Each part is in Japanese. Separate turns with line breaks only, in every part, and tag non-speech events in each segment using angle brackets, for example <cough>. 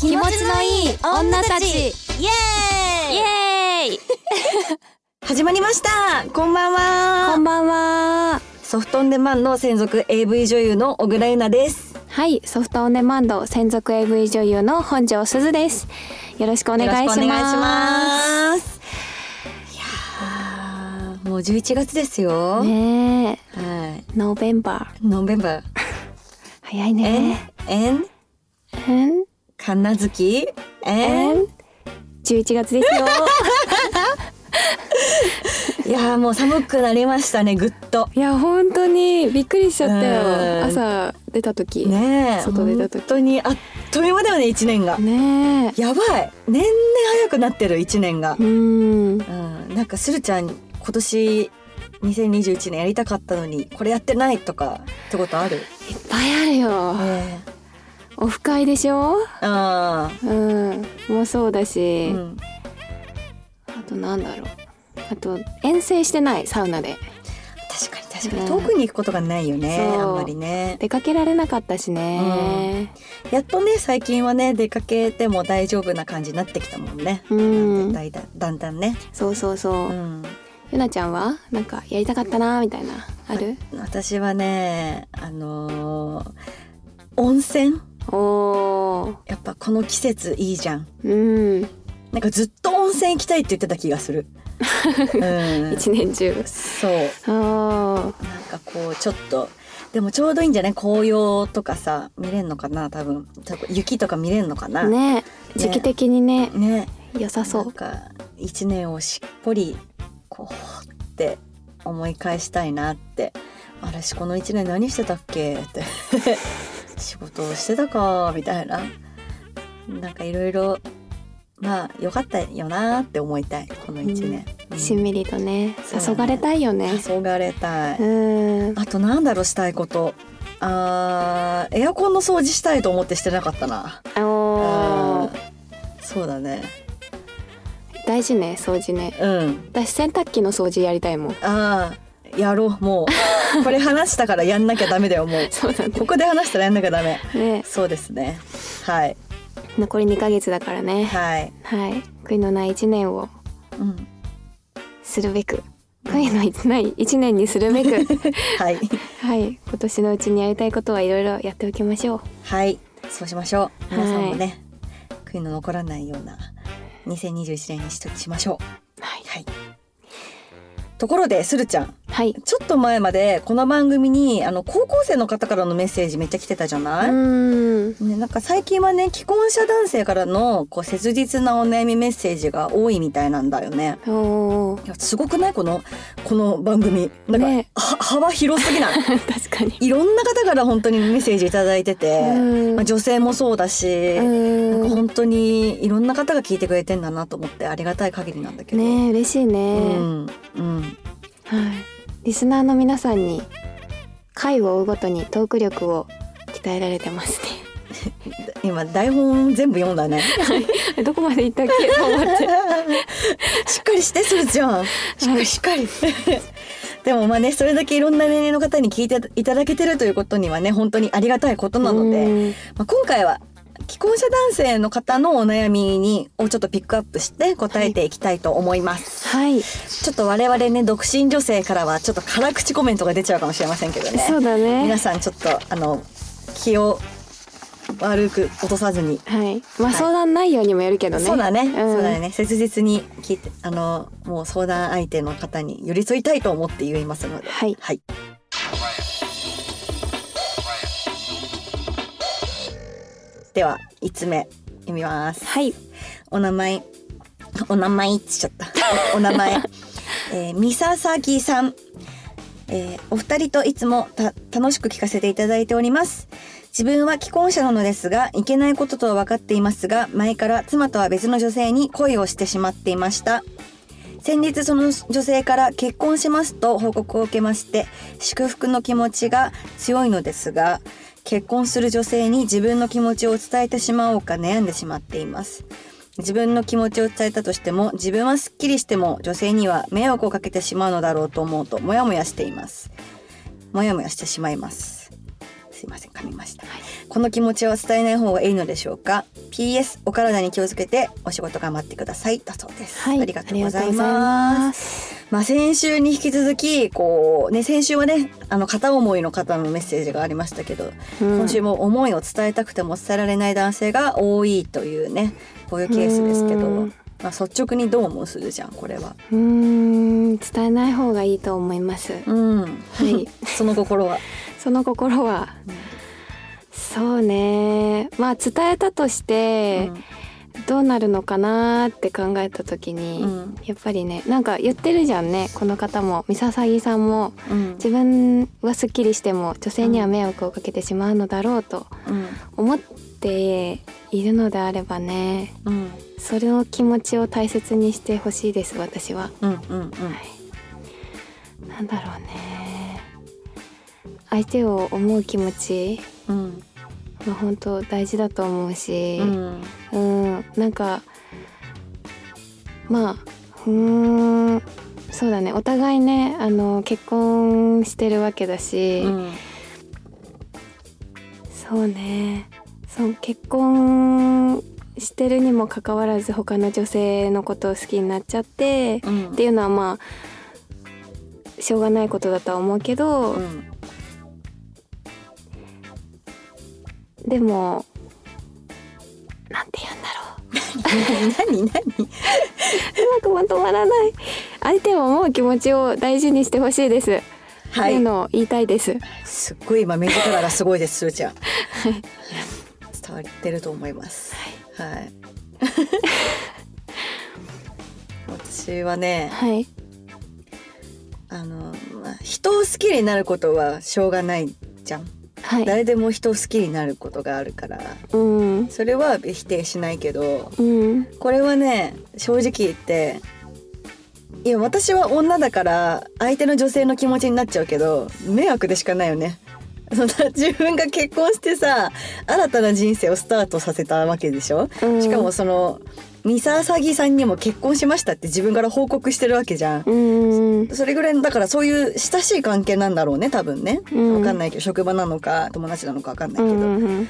気持ちのいい女たちイエ
エイ
ーイ
始まりましたこんば
<laughs>
ん
こ
は
んばんは
ソフトオンデマンド専属 AV 女優の小倉優奈です
はいソフトオンデマンド専属 AV 女優の本庄すずですよろしくお願いします
よろくお願いしますいやーもう11月ですよ、
ね
は
えノーベンバー
いノーベンバー
早い
え
ね
えん
えん
かなずきえ
え
ん
ん11月です <laughs> よ
いやーもう寒くなりましたねぐっと
いや本当にびっくりしちゃった
うん
よ朝出た時ね
ねえ
外出た時
本当にあっという間だよね一年が
ね
やばい年々早くなってる一年が
えう、ん
うん、なんかするちゃん今年2021年やりたかったのにこれやってないとかってことある
いっぱいあるよ
ええ
オフ会でしょ
あ
うんもうそうだ
ー
し、
うん
あとなんだろうあと遠征してないサウナで
確かに確かに
ね
遠くに行くことがないよね
そう
あんまりね
出かけられなかったしね
やっとね最近はね出かけても大丈夫な感じになってきたもんね
うん、
だいだだんだんね、
そうそうそう、
うん、
ゆなちゃんはなんかやりたかったなみたいなある
私はねあのー温泉
おー
やっぱこの季節いいじゃん
うん
なんかずっと温泉行きたいって言ってた気が
<laughs>
する。うん、
一年中
そう
あ
なんかこうちょっとでもちょうどいいんじゃない紅葉とかさ見れんのかな多分多分雪とか見れんのかな。
あね時期的にね
ね
良さそ
なん
う
か一年をしっぽりこうって思い返したいなって私この一年何してたっけって <laughs> 仕事をしてたかみたいななんかいろいろまあ良かったよなって思いたいこの一年、うん
しんみりとね
そう
黄昏
だね
れたいよね
黄昏たい、
うん
あとなんだろうしたいことあーエアコンの掃除したいと思ってしてなかったな
おー
うんそうだね
大事ね掃除ね
うん
私洗濯機の掃除やりたいもん
ああやろうもうこれ話したからやんなきゃダメだよもう
そうだね
ここで話したらやんなきゃダメ
ね
そうですねはい
残り2ヶ月だからね
はい、
はい悔いのない1年を
うん、
するべく悔いのない1年にするべく <laughs>
はい
はい今年のうちにやりたいことはいろいろやっておきましょう
はいそうしましょう皆さんもね、悔いの残らないような2021年にしとしましょう
はい
はいところでするちゃん
はい
ちょっと前までこの番組にあの高校生の方からのメッセージめっちゃ来てたじゃ
う
ない、
ーん
ね、なんか最近はね既婚者男性からのこう切実なお悩みメッセージが多いみたいなんだよね。
おー <laughs>
いやすごくないこのこの番組なんか、
ね
は幅広す
<laughs>
ぎない
確かに
いろんな方から本当にメッセージ頂いただいてて、
うん
まあ、女性もそうだし、
う
なん
ー
か
ん
本当にいろんな方が聞いてくれてんだなと思ってありがたい限りなんだけど、
ね嬉しいうね、
んうん、
はいリスナーの皆さんに回を追うごとにトーク力を鍛えられてます
今台本全部読んだね
ねどこまで行ったっ <laughs> けと思って
<laughs> しっかりしてするじゃんしっかりしっかり <laughs> でもまあねそれだけいろんな年齢の方に聞いていただけてるということにはね本当にありがたいことなので、
うん
まあ、今回は既婚者男性の方のお悩みにをちょっとピックアップして答えていきたいと思います、
はい
ちょっと我々ね独身女性からはちょっと辛口コメントが出ちゃうかもしれませんけどね
そうだ
皆
ね
さんちょっとあの気を悪く落とさずに、
はいまあ相談内容にもよるけどね
そうだね、
ん
そうだね切実に聞いてあのもう相談相手の方に寄り添いたいと思って言いますので
はい
はいでは5つ目読みます
はい
お名前お名前って言っちゃったおお名前えー、みささきさん、えーお二人といつもた楽しく聞かせていただいております自分は既婚者なのですがいけないこととは分かっていますが前から妻とは別の女性に恋をしてしまっていました先日その女性から結婚しますと報告を受けまして祝福の気持ちが強いのですが結婚する女性に自分の気持ちを伝えてしまおうか悩んでしまっています自分の気持ちを伝えたとしても自分はすっきりしても女性には迷惑をかけてしまうのだろうと思うとモヤモヤしていますモヤモヤしてしまいますすいません噛みました
はい
この気持ちを伝えない方がいいのでしょうか PS お体に気をつけてお仕事頑張ってくださいだそうです、
はい
ありがとうござい
ありがとうござい
ます
す
まあ先週に引き続きこうね先週はねあの片思いの方のメッセージがありましたけど、
うん
今週も思いを伝えたくても伝えられない男性が多いというねこういうケースですけど、
うん
まあ率直にどう思うするじゃんこれは。
うーん伝えない方がいいと思います
うん、
い
その心は。
その心はそうねまあ伝えたとしてどうなるのかなって考えた時に、
うん
やっぱりねなんか言ってるじゃんねこの方もミササギさんも
うん
自分はすっきりしても女性には迷惑をかけてしまうのだろうと
うん
思っているのであればね
うん
それを気持ちを大切にしてほしいです私は。
うんうんう
は
ん
い、なんだろうね相手を思う気持ち
うん
は本当大事だと思うし、
うん
うん、なんかまあうーんそうだねお互いねあの結婚してるわけだし、
うん
そうねそう結婚してるにもかかわらず他の女性のことを好きになっちゃって、
うん
っていうのはまあしょうがないことだとは思うけど、
うん
でもなんて言うんだろう
<laughs> 何何
うまくまとまらない相手を思う気持ちを大事にしてほしいです、
は
っていう
い
のを言いたいです
すっごい今目力がすごいですすーちゃん。伝わってると思います。 <laughs> はい。私はね、
はい
あの、まあ、人を好きになることはしょうがないじゃん、
はい
誰でも人を好きになることがあるから
うん
それは否定しないけど
うん
これはね正直言っていや私は女だから相手の女性の気持ちになっちゃうけど迷惑でしかないよね。そんな自分が結婚してさ新たな人生をスタートさせたわけでしょ、
うん
しかもそのミササギさんにも結婚しましたって自分から報告してるわけじゃん、
うん
それぐらいのだからそういう親しい関係なんだろうね多分ね、わ
うん
かんないけど職場なのか友達なのかわかんな
うん
いけど、
うん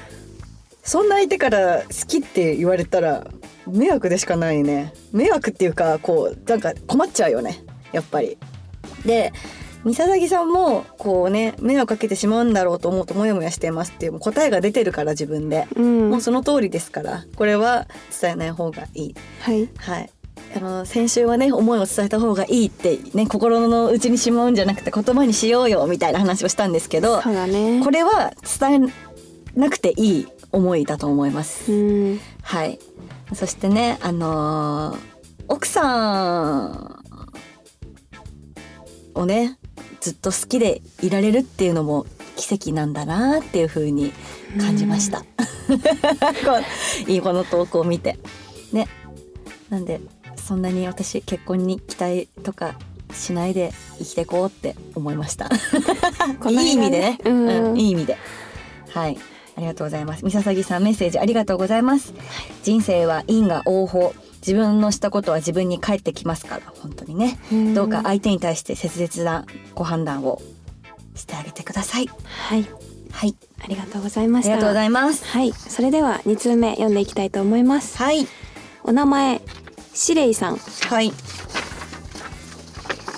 そんな相手から好きって言われたら迷惑でしかないね迷惑っていうかこうなんか困っちゃうよねやっぱり。で三佐々木さんもこうね迷惑かけてしまうんだろうと思うとモヤモヤしてますっていうもう答えが出てるから自分で、
うん
もうその通りですからこれは伝えない方がいい
はい
はい。あの先週はね思いを伝えた方がいいってね心の内にしまうんじゃなくて言葉にしようよみたいな話をしたんですけど
そうだね
これは伝えなくていい思いだと思います。
うん
はい。そしてねあのー奥さんをねずっと好きでいられるっていうのも奇跡なんだなっていう風に感じました。こういいこの投稿を見てねなんでそんなに私結婚に期待とかしないで生きてこうって思いました。
こ
い
の間ね
い意味でね、
うん
いい意味ではいありがとうございますみささぎさんメッセージありがとうございます、人生は因果応報自分のしたことは自分に返ってきますから本当にね、
ん
どうか相手に対して切実なご判断をしてあげてください
はい
はい
ありがとうございま
あ
し
り
た
がとうございます
はいそれでは二通目読んでいきたいと思います
はい
お名前シレイさん
はい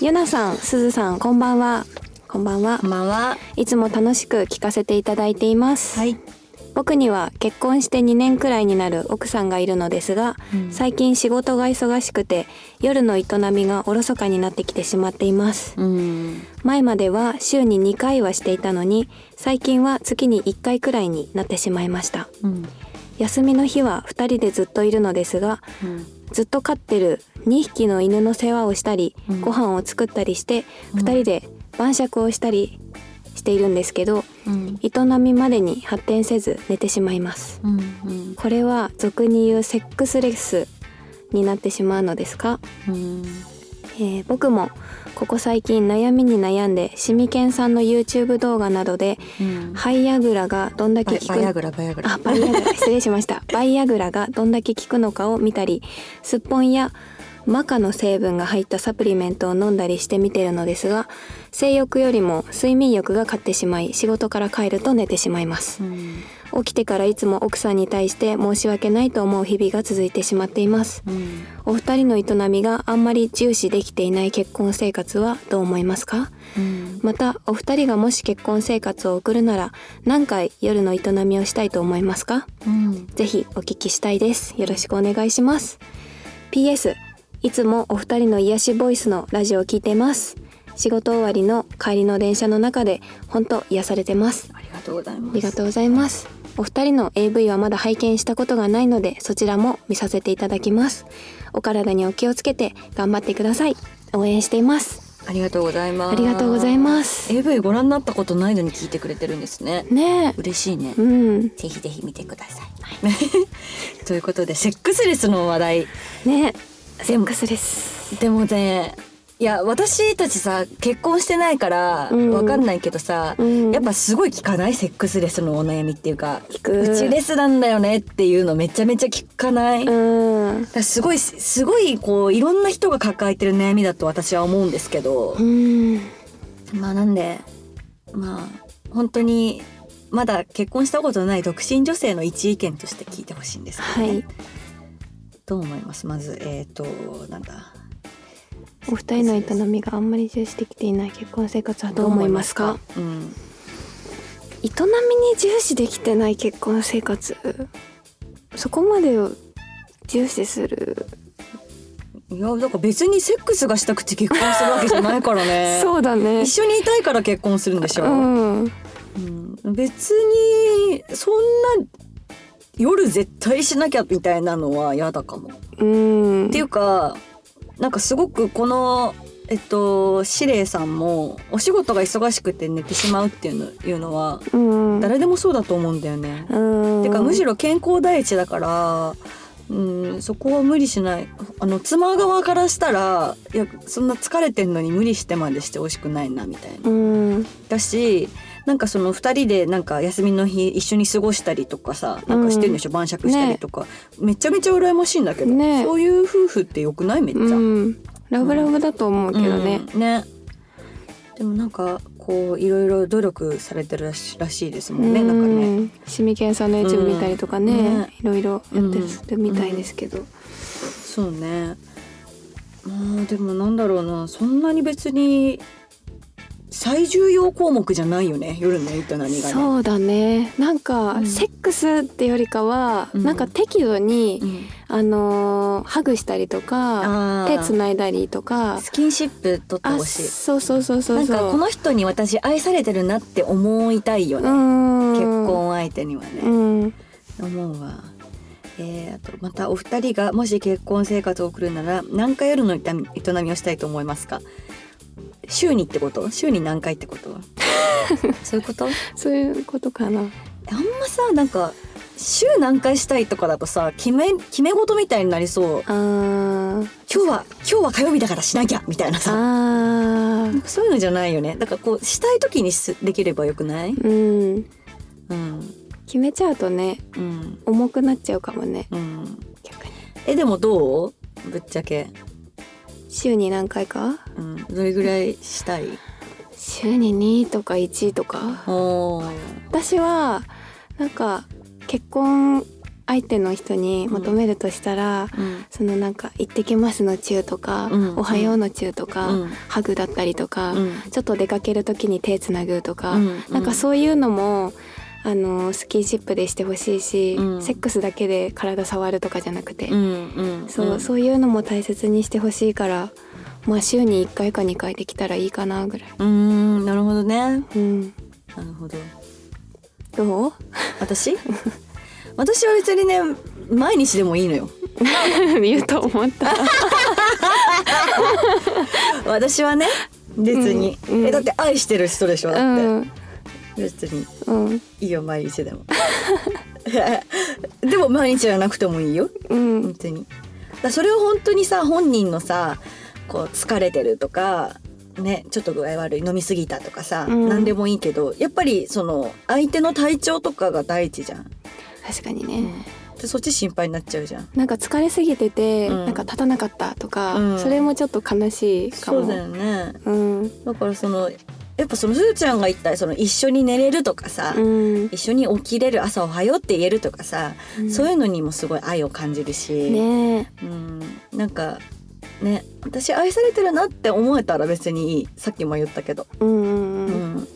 ゆなさんすずさんこんばんはこんばんは
こんばんはい
つも楽しく聞かせていただいています、
はい
僕には結婚して2年くらいになる奥さんがいるのですが、
うん
最近仕事が忙しくて夜の営みがおろそかになってきてしまっています
うん
前までは週に2回はしていたのに最近は月に1回くらいになってしまいました
うん
休みの日は2人でずっといるのですが
うん
ずっと飼ってる2匹の犬の世話をしたり、
うん
ご飯を作ったりして
うん
2人で晩酌をしたりしているんですけど
うん
営みまでに発展せず寝てしまいます
うん
これは俗に言うセックスレスになってしまうのですか、
うん
えー僕もここ最近悩みに悩んでシミケンさんの YouTube 動画などで
うん
ハイアグラがどんだけ
バ
効
イバイア
く
グラバイアグラ
あバイアグラ失礼しましたバイアグラがどんだけ効くのかを見たりすっぽんやマカの成分が入ったサプリメントを飲んだりしてみてるのですが性欲よりも睡眠欲が勝ってしまい仕事から帰ると寝てしまいます
うん
起きてからいつも奥さんに対して申し訳ないと思う日々が続いてしまっています
うん
お二人の営みがあんまり重視できていない結婚生活はどう思いますか
うん
またお二人がもし結婚生活を送るなら何回夜の営みをしたいと思いますか
うん
ぜひお聞きしたいですよろしくお願いします PS いつもお二人の癒しボイスのラジオを聞いてます仕事終わりの帰りの電車の中で本当癒されてます
ありがとうございます
ありがとうございます。お二人の AV はまだ拝見したことがないので、そちらも見させていただきます。お体にお気をつけて頑張ってください。応援しています。
ありがとうございます
ありがとうございます
AV ご覧になったことないのに聞いてくれてるんですね
ね
嬉しいね
え、うん、
ぜひぜひ見てください、 <laughs> ということでセックスレスの話題
ねえ、セ
で
ッ
も
クスです。
でもねいや私たちさ結婚してないから
うん
わかんないけどさ、
うん
やっぱすごい聞かないセックスレスのお悩みっていうか
聞く
うちレスなんだよねっていうのめちゃめちゃ聞かない、だか
うん、
らすごいすごいこういろんな人が抱えてる悩みだと私は思うんですけど
う、ん、
まあなんでまあ本当にまだ結婚したことのない独身女性の一意見として聞いてほしいんですけ
は
ど、ね
い。
どう思いますまずえっ、となんだ
お二人の営みがあんまり重視できていない結婚生活はどう思いますか。
うん
営みに重視できてない結婚生活。そこまでを重視する。
いやだから別にセックスがしたくて結婚するわけじゃないからね
<laughs> そうだね。
一緒にいたいから結婚するんでしょ、
うん、
うん別にそんな夜絶対しなきゃみたいなのは嫌だかも、
うん、
っていうかなんかすごくこのえっと司令さんもお仕事が忙しくて寝てしまうっていうのいうのは
うん、
誰でもそうだと思うんだよね、
うん、
てかむし
ろ
ろ健康第一だから、うん、そこは無理しないあの妻側からしたらいやそんな疲れてんのに無理してまでしてほしくないなみたいな。
うん
だしなんかその2人でなんか休みの日一緒に過ごしたりとかさなんかしてるんでしょ、晩酌したりとか、めちゃめちゃ羨ましいんだけど、
ね
そういう夫婦ってよくないめっちゃ。
うん、ラブラブだと思うけどね、
うんねでもなんかこういろいろ努力されてるらしらしいですもんね、なんかね。
シミケンさんの YouTube 見たりとかね,、
うんね
いろいろやってるみたいですけど、
そうねまあでもなんだろうなそんなに別に最重要項目じゃないよね夜の営みがね
そうだねなんか、
うん
セックスってよりかは、
うん
なんか適度に、
ん
あのーハグしたりとか
あ
手
ー
つないだりとか
スキンシップ取って
あ
ほしい
そうそうそうそうそう
なんかこの人に私愛されてるなって思いたいよ
う
ね、
ん
結婚相手にはね、
うん
思うわえー、あとまたお二人がもし結婚生活を送るなら何回夜の営み営みをしたいと思いますか週にってこと週に何回ってこと
<laughs>
そういうこと
そういうことかな
あんまさなんか週何回したいとかだとさ決め決め事みたいになりそう
あー
今日は今日は火曜日だからしなきゃみたいなさ
あー
そういうのじゃないよねだからこうしたい時にすできればよくない
うん
うん
決めちゃうとね
うん
重くなっちゃうかもね
うん
逆に
えでもどうぶっちゃけ、
週に何回か
うん、どれぐらいしたい
週に2とか1とか
おー
私はなんか結婚相手の人に求めるとしたら、
うん
そのなんか「行ってきます」の中とか「
うん
おはよう」の中とか、
うん
ハグだったりとか、
うん
ちょっと出かける時に手つなぐとか、
うん
なんかそういうのもあのスキンシップでしてほしいし、
うん
セックスだけで体触るとかじゃなくて、
うんうん
そう、
うん
そういうのも大切にしてほしいからまあ週に1回か2回できたらいいかなぐらい、
うーんなるほどね
うん、
なるほど
どう <laughs>
<laughs> 私私は別にね毎日でもいいのよ
言うと思
<laughs>
った
私はね別に、
うんうん
えだって愛してる人でしょ
う
だって、
ん
別に
うん
いいよ毎日でも <laughs> でも毎日じゃなくてもいいよ
うん
別にだからそれを本当にさ本人のさこう疲れてるとかねちょっと具合悪い飲みすぎたとかさ、
うん
何でもいいけどやっぱりその相手の体調とかが第一じゃん、
確かにね、
でそっち心配になっちゃうじゃん
なんか疲れすぎてて、
うん
なんか立たなかったとか、
うん
それもちょっと悲しいかも
そうだよね
うん
だからそのやっぱそのすずちゃんが言ったその一緒に寝れるとかさ、
うん、
一緒に起きれる朝おはようって言えるとかさ、そういうのにもすごい愛を感じるし、
ねえ
うん、なんかね私愛されてるなって思えたら別にいいさっきも言ったけど、
うんうん
う
うん
ん、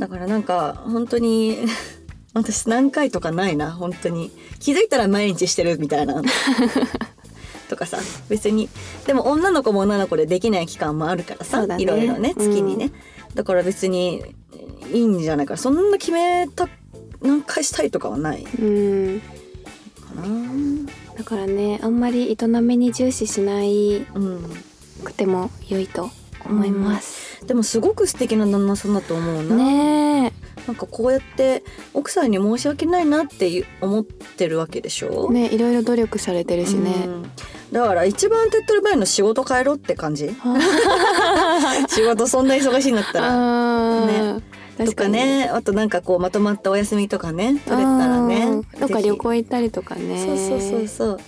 だからなんか本当に <laughs> 私何回とかないな本当に気づいたら毎日してるみたい
<laughs>
なとかさ別にでも女の子も女の子でできない期間もあるから
そ
さ、
うだね
いろいろね
うん
月にね、だから別にいいんじゃないかなそんな決めた何回したいとかはないか
うん
なうん
だからねあんまり営みに重視しなくても良いと思います、
でもすごく素敵な旦那さんだと思うな、
ね
なんかこうやって奥さんに申し訳ないなって思ってるわけでしょ
えねいろいろ努力されてるしね、
うんだから一番手っ取り早いの仕事変えろって感
<laughs>
じ仕事そんな忙しいんだったら
あ
ね
ー
と
確
か
かに
ねあとなんかこうまとまったお休みとかね取れたら
う
ね
んどっか
ぜひ
旅行行ったりとかね
そうそうそうそう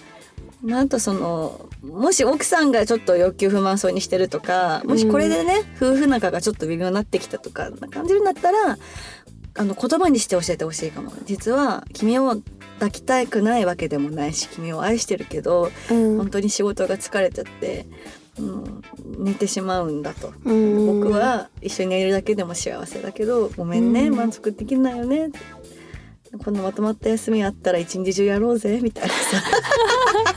まああとそのもし奥さんがちょっと欲求不満そうにしてるとかもしこれでね、夫婦仲がちょっと微妙になってきたとかな感じるんだったらあの言葉にして教えてほしいかも実は君を抱きたくないわけでもないし君を愛してるけど
うん、
本当に仕事が疲れちゃって、うん、寝てしまうんだと。
うん
僕は一緒に寝るだけでも幸せだけどごめんね、
うん
満足できないよねこのまとまった休みあったら一日中やろうぜみたいなさ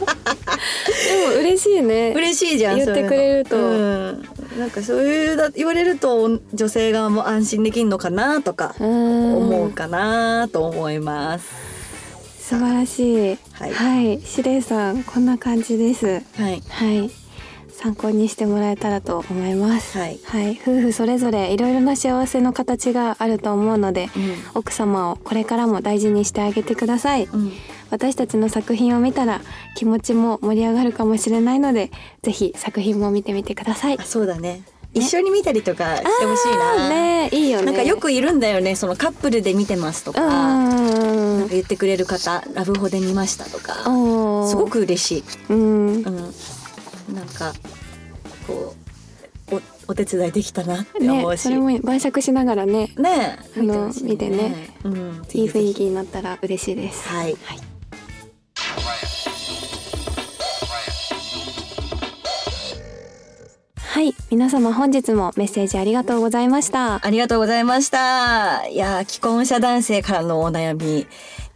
でも嬉しいね
<laughs> 嬉しいじゃん
言ってくれると
そういうのうんなんかそういうだ言われると女性側も安心できるのかなとか
うん
思うかなと思います、
素晴らしい
はい
はい、司令さんこんな感じです
はい
はい参考にしてもらえたらと思います
はい
夫婦それぞれいろいろな幸せの形があると思うので奥様をこれからも大事にしてあげてください
うん
私たちの作品を見たら気持ちも盛り上がるかもしれないのでぜひ作品も見てみてください
あそうだね一緒に見たりとかしてほしいな、
ねえいいよね
なんかよくいるんだよねそのカップルで見てますと
う
か、
ん
なんか言ってくれる方ラブホで見ましたとか、
おー
すごく嬉し
うん
い、うん、なんかこうおお手伝いできたなって思う
ね、
し
そ
ね
れも晩酌しながらね
え
あの
ほしい
見てね、
うん、
いい雰囲
気
気になったら嬉しいです
はい
はい、はい、皆様本日もメッセージありがとうございました
ありがとうございましたいやー既婚者男性からのお悩み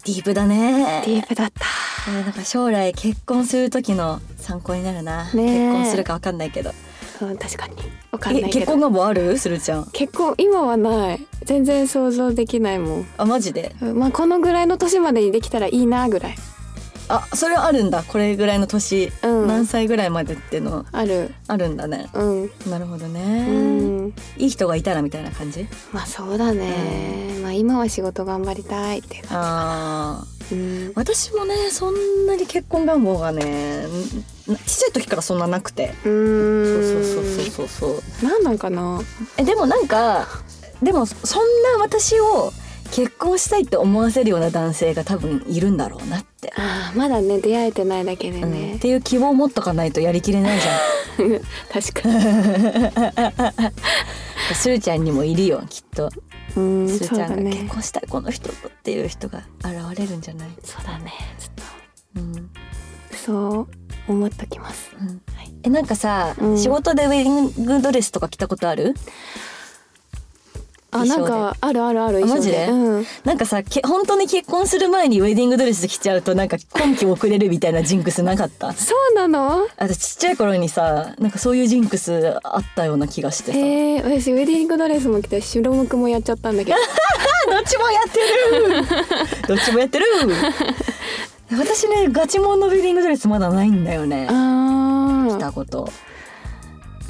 ディープだね
ディープだった
これなんか将来結婚する時の参考になるな、
ねえ
結婚するかわかんないけど
うん確かにわかんな
え
いけ
結
ど
婚願望あるするちゃん
結婚今はない全然想像できないもん
あマジで
うんまあこのぐらいの年までにできたらいいなぐらい
あそれはあるんだこれぐらいの年、
うん
何歳ぐらいまでっていうの
ある
あるんだね
うん
なるほど
う
ね
ん
いい人がいたらみたいな感じ
まあそうだね、まあ今は仕事頑張りたいっていう感
あー
じ、うん、
私もねそんなに結婚願望がねなちっちゃい時からそんななくて
う
そ
ー
うんそうそうそうそうそう
なんなんかな
えでもなんかでもそんな私を結婚したいって思わせるような男性が多分いるんだろうなって、
あーまだね出会えてないだけで
うんっ
ね、
ていう希望を持っとかないとやりきれないじゃん
<laughs> 確かに
スーちゃんにもいるよきっと
うん
スー
そう
ちゃ
だ
んが結
ね
婚したいこの人とっていう人が現れるんじゃない、
そうだねちょっ
うん
とそう思っときます
うん
はい
えなんかさ、
うん
仕事でウェディングドレスとか着たことある
あ
衣
なん
装で
かあるあるある
あマジで
うん、
なんかさけ本当に結婚する前にウェディングドレス着ちゃうとなんか婚期遅れるみたいなジンクスなかった
そうなの
あとちっちゃい頃にさなんかそういうジンクスあったような気がしてさ、
えー、私ウェディングドレスも着て白無くもやっちゃったんだけ
<laughs>
ど
あどっちもやってるどっちもやってる <laughs> 私ねガチモンのウェディングドレスまだないんだよね
あ
着
あ
たこと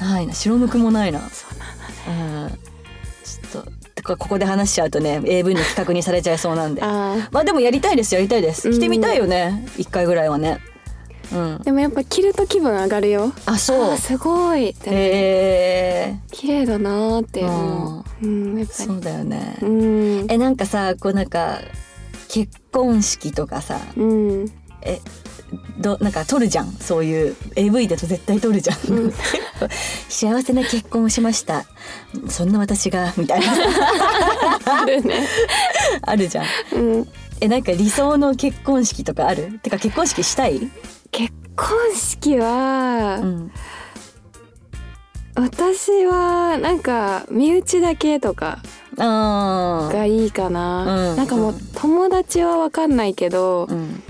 ないな白むくもないな
そうなんだ
うんちょっとてかここで話しちゃうとね AV の企画にされちゃいそうなんで
あ
まあでもやりたいですやりたいです
うん
着てみたいよね一、回ぐらいはねうん
ーでもやっぱ着ると気分上がるよ
あ
あ
そう
ーすごいって
え
綺麗だなーって思ううんやっ
ー、
ぱ
そうだよね
りうん
えなんかさこうなんか結婚式とかさ
うん
えどなんか撮るじゃんそういう AV だと絶対撮るじゃん、
うん
<laughs> 幸せな結婚をしましたそんな私がみたいな
あるね。
あるじゃん
うん。
えなんか理想の結婚式とかあるてか結婚式したい、
結婚式
<laughs>
は、
うん、
私はなんか身内だけとか
あー
がいいかな。
うん
なんかもう
うん
友達はわかんないけど、
うん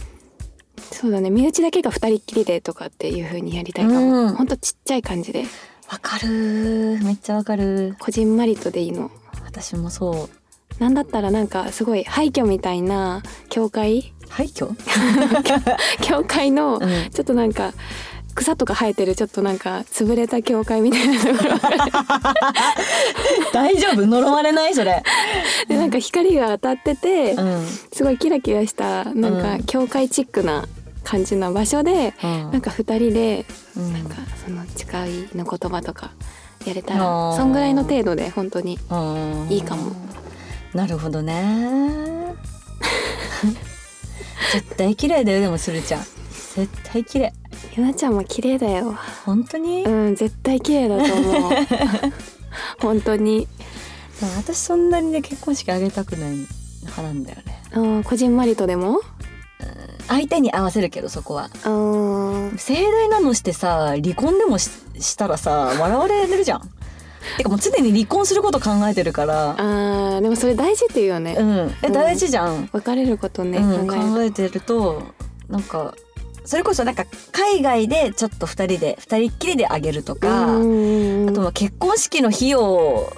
そうだね身内だけが二人っきりでとかっていう風にやりたいか
う
も。
ん
ほんとちっちゃい感じで
わかるーめっちゃわかる
こじんまりとでいいの。
私もそ
なんだったらなんかすごい廃墟みたいな教会 <laughs>
う廃墟、
教会の
うん、
ちょっとなんか草とか生えてるちょっとなんか潰れた教会みたいなところ
大丈夫呪われないそれ、
でなんか光が当たってて
うんうん、
すごいキラキラしたな
うんん
か教会チックな感じの場所でなんか2人で
うん
なんかその誓いの言葉とかやれたら
あー
そんぐらいの程度で本当に
うん
いいかも
なるほどね <laughs> 絶対綺麗だよでもするちゃん絶対綺麗
ゆなちゃんも綺麗だよ
本当に、
う
でも
ん絶対綺麗だと
<laughs>
思う本当に
私そんなにね結婚式あげたくない派なんだよね
うんこじんまりとでも
相手に合わせるけどそこは
うん
盛大なのしてさ離婚でもししたらさ笑われるじゃんてかもう常に離婚すること考えてるから
あーでもそれ大事って言うよね
うんえ
うん
大事じゃん
別れることね、
うん、
考える
考えてるとなんかそれこそなんか海外でちょっと2人で2人っきりであげるとか、あと
は
は結婚式の費用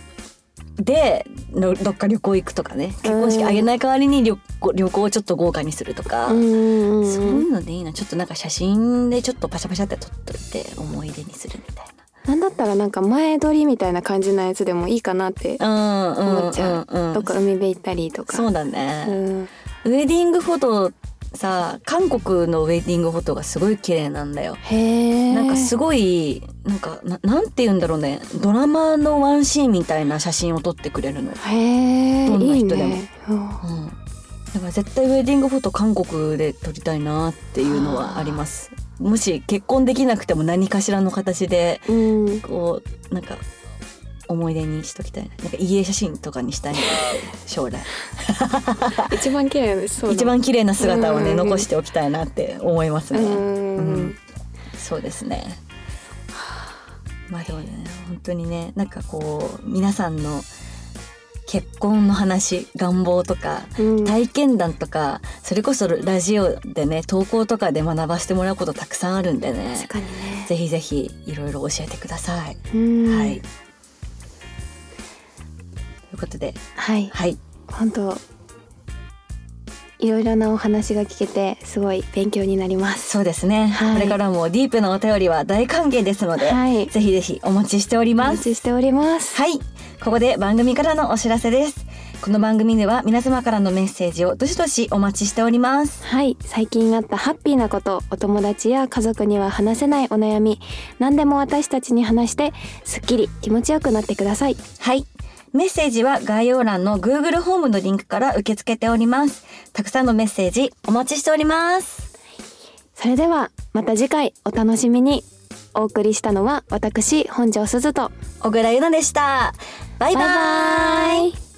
でのどっか旅行行くとかね結婚式あげない代わりに旅行旅行をちょっと豪華にするとか、そういうのでいいなちょっとなんか写真でちょっとパシャパシャって撮っといて思い出にするみたい
な
な。
んだったらなんか前撮りみたいな感じのやつでもいいかなって、
うんうん
思っちゃ
うんうん
どっか海辺行ったりとか
そううだね、
ん
ウェディングフォトさ韓国のウェディングフォトがすごい綺麗なんだよ。
へえ
なんかすごいなんかななんて言うんだろうねドラマのワンシーンみたいな写真を撮ってくれるの、
へえ
どんな人でも
いいねうん
うん、だから絶対ウェディングフォト韓国で撮りたいなっていうのはありますもし結婚できなくても何かしらの形で
うん、
こうなんか思い出にしときたいななんか遺影写真とかにしたいな将来
一番綺麗です <laughs> そうだ
一番綺麗な姿をね
うん
残しておきたいなって思います
う
ね、
ん、
うんそうですね。まあでもね本当にねなんかこう皆さんの結婚の話願望とか
うん
体験談とかそれこそラジオでね投稿とかで学ばせてもらうことたくさんあるんでね
確かにね
ぜひぜひいろいろ教えてください。
うん
はい。ということで
はい
はい
本当いろいろなお話が聞けてすごい勉強になります
そうですね、
はい
これからもディープなお便りは大歓迎ですので、
はい
ぜひぜひお待ちしており
お
ます
待。ちしております
はい。ここで番組からのお知らせです。この番組では皆様からのメッセージをどしどしお待ちしております。
はい最近あったハッピーなことお友達や家族には話せないお悩み何でも私たちに話してすっきり気持ちよくなってください
はい。メッセージは概要欄の Google ホームのリンクから受け付けております。たくさんのメッセージお待ちしております。
それではまた次回お楽しみにお送りしたのは私本庄すずと
小倉優奈でした。バイバイ
バイバイ